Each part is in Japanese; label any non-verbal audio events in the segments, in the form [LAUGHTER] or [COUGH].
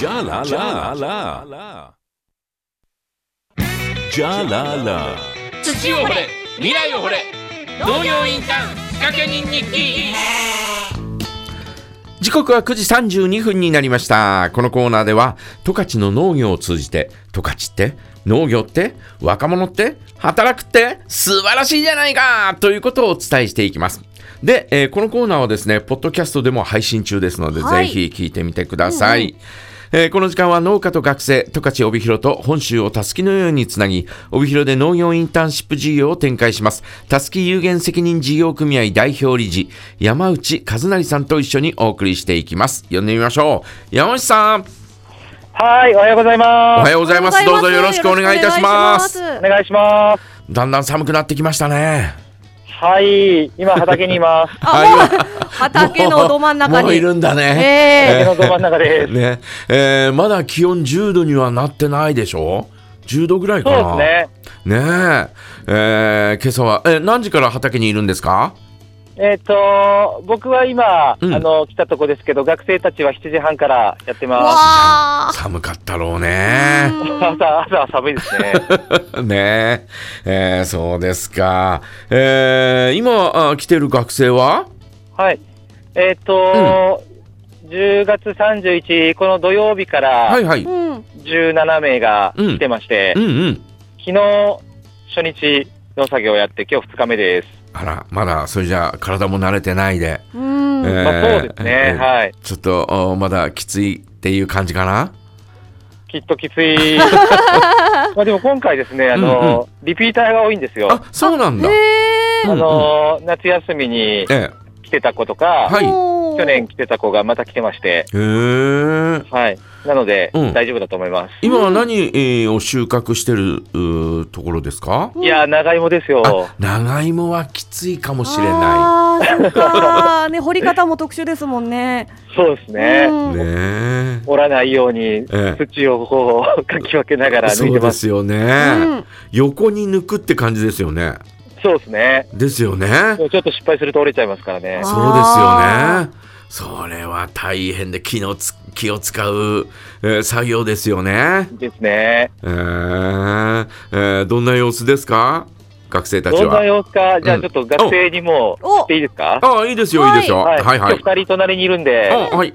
Jala la la la. Jala la. 土を掘れ未来を掘れ農業インターン仕掛け人日記時刻は9時32分になりました。このコーナーでは、十勝の農業を通じて、十勝って、農業って、若者って、働くって、素晴らしいじゃないかということをお伝えしていきます。で、えーこのコーナーはですね、ポッドキャストでも配信中ですので、はいぜひ聞いてみてください。えーこの時間は農家と学生、十勝帯広と本州をたすきのようにつなぎ、帯広で農業インターンシップ事業を展開します、たすき有限責任事業組合代表理事、山内和成さんと一緒にお送りしていきます。呼んでみましょう。山内さん、はい、おはようございおまはす。ようございます。どうぞよろしくお願いいたします。よろしくお願いしお願いします。だんだん寒くなってきましたね。はい、今畑にい [LAUGHS] ます。ますあ、もう畑のど真ん中もういに。るんだね。え畑のど真ん中です。ねえーまだ気温10度にはなってないでしょ10度ぐらいかなそうでねええー今朝は、えー何時から畑にいるんですかすね。えっ、と、僕は今、うんあの、来たとこですけど、学生たちは7時半からやってー、まわー寒かったろうね。す。朝、朝は寒いです [LAUGHS] ね。ねええーそうですか。えー今あ来てる学生ははい。えっ、と、10月31この土曜日かはいらはい。うん。 17名が来てまして、うんうん。昨日、初日の作業をやって、今日2日目です。あら、まだそれじゃあ体も慣れてないで。うん。えーまあそうですね、えーはい。ちょっとおまだきついっていう感じかなきっときつ [LAUGHS] い。まあでも今回ですね、あの、リピーターが多いんですよ。あ、そうなんだ。えうあんの、夏休みにえ来てた子とか、はいー、去年来てた子がまた来てまして、えへえ。はい。なので、うん大丈夫だと思います。今は何、えーを収穫してるうーところですかうんいやー、長芋ですよ。長芋はきついかもしれなあーそっかーね、掘り方も特殊ですも [LAUGHS] んね。そうですね。い。うんね折らないように、ええ土をこう、かき分けながら抜いそてうでます。すよね、うん横に抜くって感じですよね。そうですね。ですよね。でもちょっと失敗すると折れちゃいますからねあ。そうですよね。それは大変で気のつ気を使う、えー作業ですよね。ですね。えーえーどんな様子ですか学生たちどんなは。様子か、じゃあちょっと学生にもお振っていいですかああ、いいですよ、いいですよ。はいはい。今日二人隣にいるんで、あはい。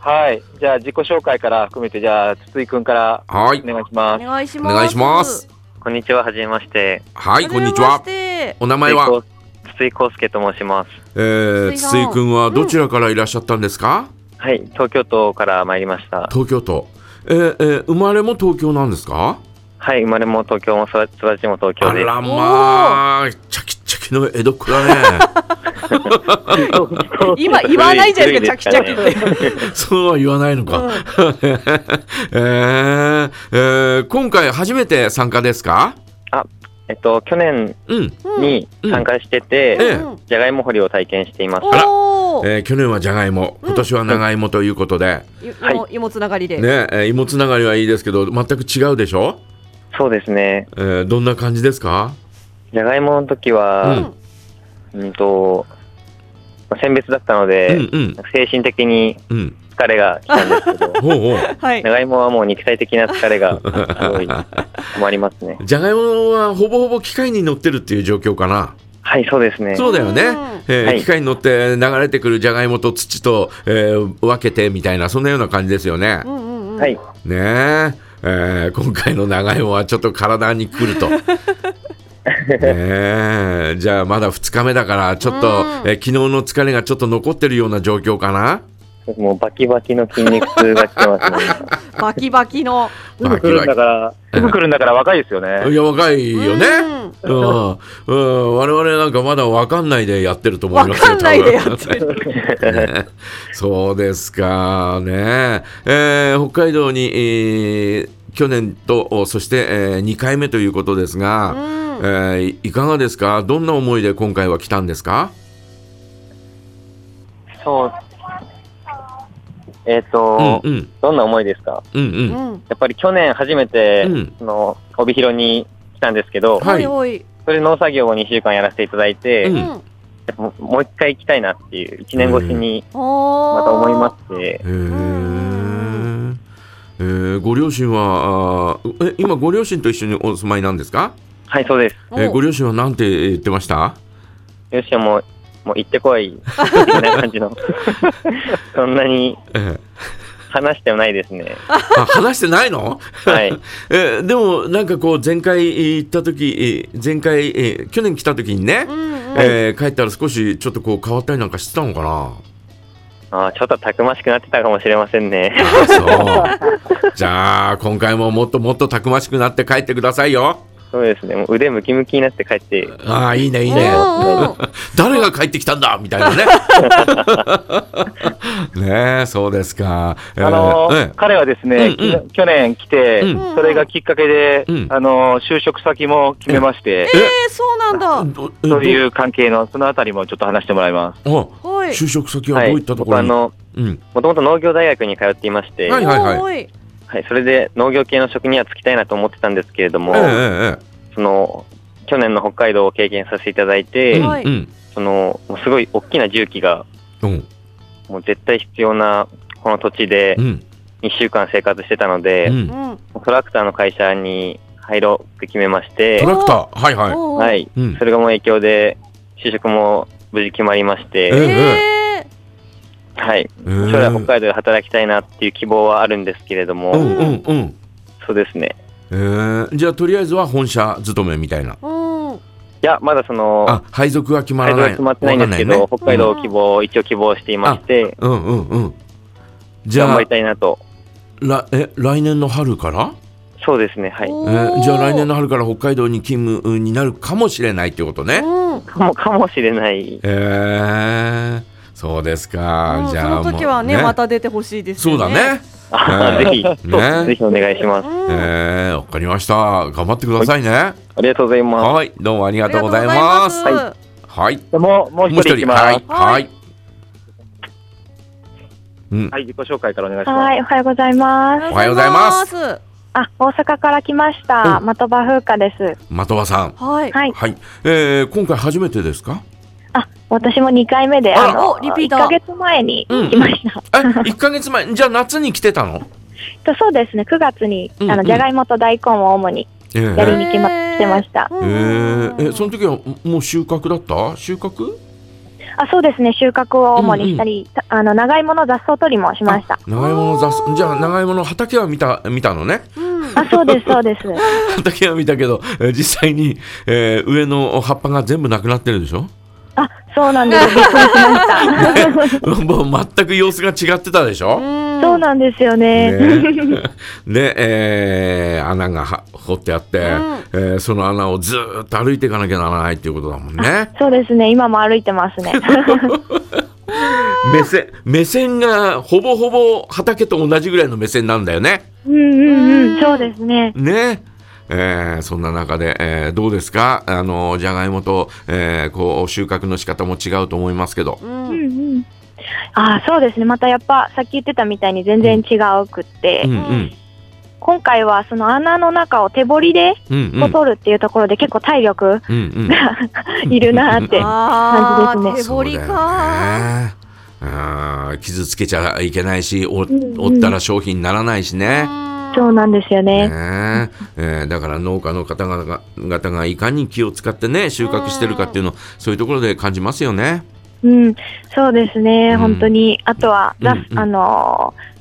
はい。じゃあ、自己紹介から含めて、じゃあ、筒井くんからはいお。願いしまおす。願いしおます。願いします。。こんにちは、はじめまして。は、はいこんにちは。お名前は、筒井康介と申します。えー、筒井さ筒ん井くんはどちらからいらっしゃったんですか、はい、東京都から参りました。東京都。えーえー生まれも東京なんですかはい、生まれも東京も育ち育ちも東あ京 [LAUGHS] です。らまあ、チャキチャキの江戸っ子だね。今言わないじゃな [LAUGHS] いですか、チャキチ古いですャキ。そうは言わないのか。うん [LAUGHS] えーえー今回初めて参加ですかえっと、去年うん。にうん参加してえて、えじゃがいも掘りを体験しています。らおーえー去年はじゃがいも、今年は長芋ということで、いはい芋芋つながりで。ね、えー芋つながりはいいですけど、全く違うでしょ、そうですね。えーどんな感じですかじゃがいもの時は、うんと、まあ選別だったのうんで、うん精神的にうん。疲れが来たんですけど、ほうほう。[LAUGHS] [LAUGHS] はいじゃ。がいもはもう肉体的な疲れが、すごい、困りますね。じゃがいもはほぼほぼ機械に乗ってるっていう状況かな。はい、そうですね。そうだよねうん。えーはい機械に乗って流れてくるじゃがいもと土と、えー分けてみたいな、そんなような感じですよねう。んうんうん。はい。ねえ。えー今回の長芋はちょっと体にくると。ねえじゃあまだ2日目だからちょっと、うんえー昨日の疲れがちょっと残ってるような状況かなもうバキバキの筋肉痛が来てます [LAUGHS] ね。バキバキの。すぐ来るんだから、すぐ来るんだから若いですよいね。や若いよねううんん、うん、我々なんかまだ分かんないでやってると思いわますよかんないでや多分ってる。ねそうですかね、えー北海道に、えー去年とおそして、え2回目ということですうが、んえーいかがですかどんな思いで今回は来たんですかそう。えっ、うんと、うんどんな思いですかうんううんん。やっぱり去年初めて、うんその帯広に来たんですけど、はいおいそれ農作業を2週間やらせていただいて、うおい。んうやん。っぱもうもう一回行きたいなっていう、1年越しにおーまた思いまして、へーえーご両親はあーえ今ご両親と一緒にお住まいなんですか、はい、そうです。えーご両親は何て言ってましたよしもう、もう行ってこい。みたいな感じの。そんなにえー話してはないですね。あ話してないの、はい。えーでもなんかこう前回えー行った時えー前回えー去年来た時にね、うんうんえー帰ったら少しちょっとこう変わったりなんかしてたのかな [LAUGHS] ああ、ちょっとたくましくなってたかもしれませんね。そう。じゃあ、今回ももっともっとたくましくなって帰ってくださいよ。そうですね。もう腕ムキムキになって帰って。ああ、いいね、いいね。うんうん誰が帰ってきたんだみたいなね。ねえ、そうですか。えーあのええ彼はですね、うんうんき去年来て、うんそれがきっかけで、うんあの就職先も決めまして、えー、そうなんだ。どそういどう関係の、そのあたりもちょっと話してもらいます。あはい。就職先ははどい。ういったとこ僕ろあに、の、うん、もともと農業大学に通っていまして、ははいい。はいはいおーい。それで農業系の職には就きたいなと思ってたんですけれども、ええその、去年の北海道を経験させていただいええて、ええはいうんその、もうすごい大きな重機が、うんうんもう絶対必要な、この土地でう、ん1週間生活してたのうで、うんん。トラクターの会社に入ろうって決めましてト、ラクターはいはいおーは。い、うんそれがもう影響で、就職も無事決まりまして、ええはい、ええ将来北海道で働きたいなっていう希望はあるんですけれども、うんうんうんそうですね。ええじゃあとりあえずは本社勤めみたいなー。うん。いや、まだそのあ、配属は決ま配属はらない決まってないんですけど、わか北海道を希望、一応希望していまして、んないねうんうんうんじ頑ゃ張ありたいなと。らえ来年の春からそうですね、はい。おえーーじゃあ来年の春から北海道に勤務になるかもしれないってことね。うん。かも、かもしれない。えー、そうですか。うんじゃあその時はねもうまた出てほしいですそうよね。だね。あえーーぜひ、ねぜひお願いします。うん。えー、わかりました。頑張ってくださいね。ありがとうございます。はい、どうもありあがりとがうとうごござざいいま。ますす。はい、はい、でも、もうも一う一人いき人、ます。はい、ははいい。うん、はい、自己紹介からお願いします。はい、おはようございます。おはようございますおはようございあ、大阪から来ました。うん的場風花です。的場さん。ます。はい。はい。はい、えー、今回初めてですか。あ、私も2回目で、あらあの、おリピーター1ヶ月前に来ました。え、一ヶ月前、じゃあ夏に来てたの。とそうですね、9月に、うんあうの、んじゃがいもと大根を主にえやーりに来ま、来てました。うえんー、えその時はもう収穫だった収穫あ、そうですね、収穫を主にしたり、たあの、長芋の雑草取りもしました。長芋の雑草じゃあ長芋の畑は見た見たのねうんあ、そうです、そうです。畑は見たけど、えー実際に、えー上の葉っぱが全部なくなってるでし [LAUGHS] ょあ、そうなんです。びっくりしました。もう全く様子が違ってたでしょ、んそうなんですよね。ね [LAUGHS] で、えー穴がは掘ってあって、えーその穴をずーっと歩いていかなきゃならないっていうことだもんね [LAUGHS] そうですね、今も歩いてますね。目線目線がほぼほぼ畑と同じぐらいの目線なんだよねうんうんうん、そうですね。ねえーそんな中で、えーどうですかあのじゃがいもと、えーこう収穫の仕方も違うと思いますけど、うんうんうんああそうですねまたやっぱさっき言ってたみたいに全然違うくって、うんうん今回はその穴の中を手掘りでうんうんうこうん取るっていうところで結構体力うんいるなーって、あ感じーで手そう掘だりよねか。あー傷つけちゃいけないしおんうん折ったら商品にならないしね。そうなんですよねねええーだから農家の方々が々がいかに気を使ってね収穫してるかっていうのそういうところで感じますよね。うんそうですね、うん本当にあとは、だうんうんあのー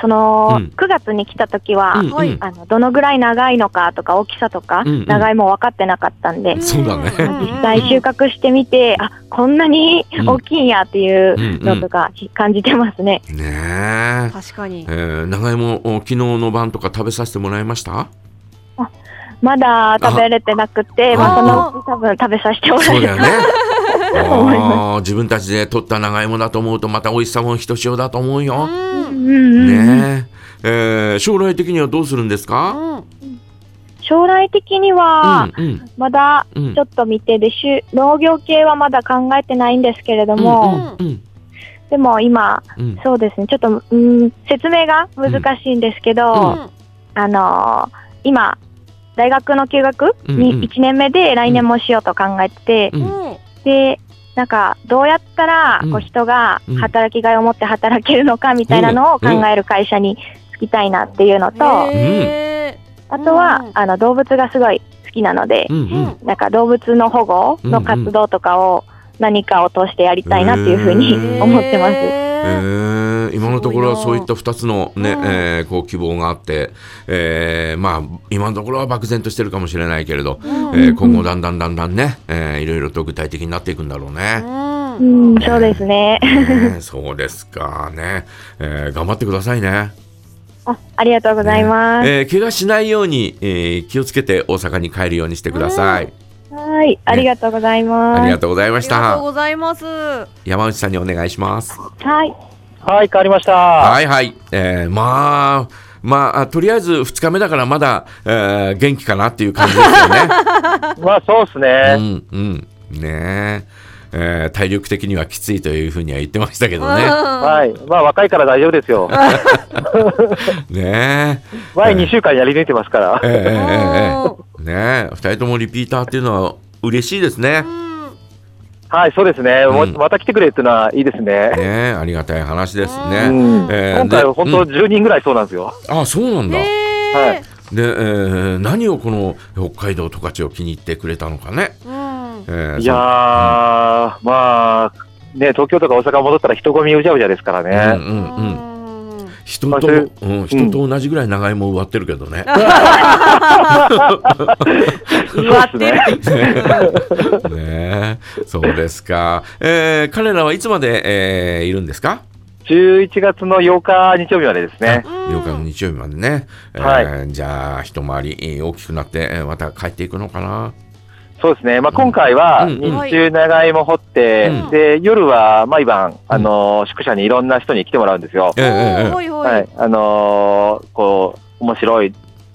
その、うん9月に来た時は、うんうんはいあのどのぐらい長いのかとか大きさとか、うんうん長いも分かってなかったんで、んそうだねうん実際収穫してみて、あこんなに大きいんやっていうのとか感じてますね。ねえ確かにえ。ー長芋を昨日の晩とか食べさせてもらいましたまだ食べれてなくて、あまあ、そのうち多分食べさせてもらそえうるだよ [LAUGHS] ね。あー自分たちで取った長芋だと思うとまた美味しさもひとしおだと思ううよ。うんんうんうんねええー将来的にはどうするんですか、将来的には、うんまだうんうんちょっと未定で、しゅ農業系はまだ考えてないんですけれども、うんうんでも今、うんそうですね、ちょっと、うん、説明が難しいんですけど、うんあのー今、大学の休学にうんうん1年目で来年もしようと考えてて、うんうんで、なんか、どうやったらうん、こう、人がうん働きがいを持って働けるのかみたいなのを考える会社にきたいなっていうのと、へあとは、うんあの動物がすごい好きなのでう、んーうんなんか動物の保護の活動とかを何かを通してやりたいなっていうふうにうん思ってます。えへーー今のところはすそごういないった2つの、ねうんえーこう希望があって、えーまあ、今のところは漠然としてるかもしれないけれど、うんえー今後だんだんだんだんね、えーいろいろと具体的になっていくんだろうね。ううんん、そうですね。 [LAUGHS] ねえそうですかね、えー頑張ってくださいね、あありがとうございます。えー怪我しないように、えー気をつけて大阪に帰るようにしてください、はい、ありがとうございありまがす。とうございあまりしがとたうございます。山内さんにお願いしますはい、はい、変わりました。はいはい、えーまあまあ、とりあえず2日目だからまだ、えー元気かなっていう感じですよ [LAUGHS] ね。まあ、そうですね。うんうん、ねええー体力的にはきついというふうには言ってましたけどね。は。はいい。まあ、若いから大丈夫ですよ。 [LAUGHS] ね前2週間やり抜いてますからええ。ええええおええねえ2人ともリピーターっていうのは嬉しいですね。うんはい、そうですね。もうんまた来てくれっていうのはいいですね。ねえありがたい話ですうね。んえー今回では本当10人ぐらいそうなんですよ。あそうなんだ。で、はへいえー何をこの北海道十勝を気に入ってくれたのかね。ーうんえーいやー、まあ、ね、東京とか大阪戻ったら人混みうじゃうじゃですからそううね。んうんうん [LAUGHS] うん人と、まあそういううん、人と同じぐらい長芋を割ってるけど [LAUGHS] ね。割ってる。ねえ、そうですか。えー彼らはいつまで、えーいるんですか11月の8日日曜日までですね。うん8日の日曜日までね。えーはじゃあ、一回りえー大きくなって、えーまた帰っていくのかな。そうですね。まあ、今回は、うんうんうん日中長芋掘って、うんで、夜は毎晩、あのー宿舎にいろんな人に来てもらうんですよ。えーえーおいおはいい。。あのーこう、面白い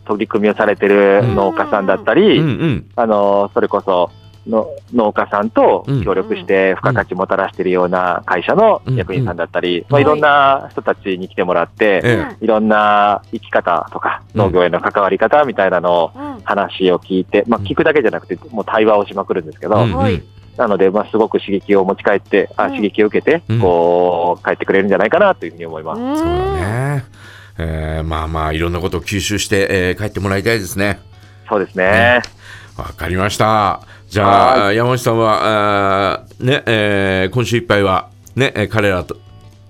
取り組みをされてる農家さんだったえり、ーうんうん。あのーそれこそ、の農家さんと協力して付加価値もたらしてるような会社の役員さんだったり、まあ、いろんな人たちに来てもらって、えーいろんな生き方とか、うん農業への関わり方みたいなのをうん話を聞いて、まあ、うん聞くだけじゃなくて、もう対話をしまくるんですけど、うんうんはいなので、まあ、すごく刺激を持ち帰って、あうん刺激を受けて、うんこう、帰ってくれるんじゃないかなというふうに思います。うんそうだね。えーまあまあ、いろんなことを吸収して、えー帰ってもらいたいですね。そうですね。わかりました。じゃあ、山内さんは、あーね、えー今週いっぱいは、ね、えー彼らと、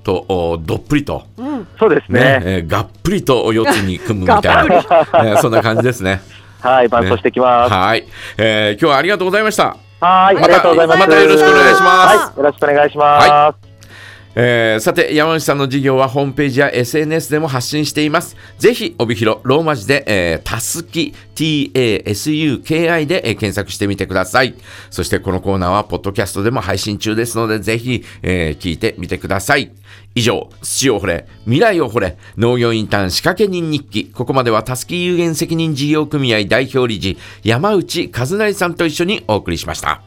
と、おどっぷりと、うんそうですねね。えーがっぷりと四つに組むみたいな、 [LAUGHS] えーそんな感じです [LAUGHS] ね。はい、伴奏してきます。はい、えー今日はありがとうございました。はい、ありがとうございます。またよろしくお願いします。はい、よろしくお願いします。はえーさて、山内さんの事業はホームページや SNS でも発信しています。ぜひ、帯広、ローマ字で、えー、たすき、TASUKI で、えー検索してみてください。そして、このコーナーは、ポッドキャストでも配信中ですので、ぜひ、えー聞いてみてください。以上、土を掘れ、未来を掘れ、農業インターン仕掛け人日記。ここまでは、たすき有限責任事業組合代表理事、山内和成さんと一緒にお送りしました。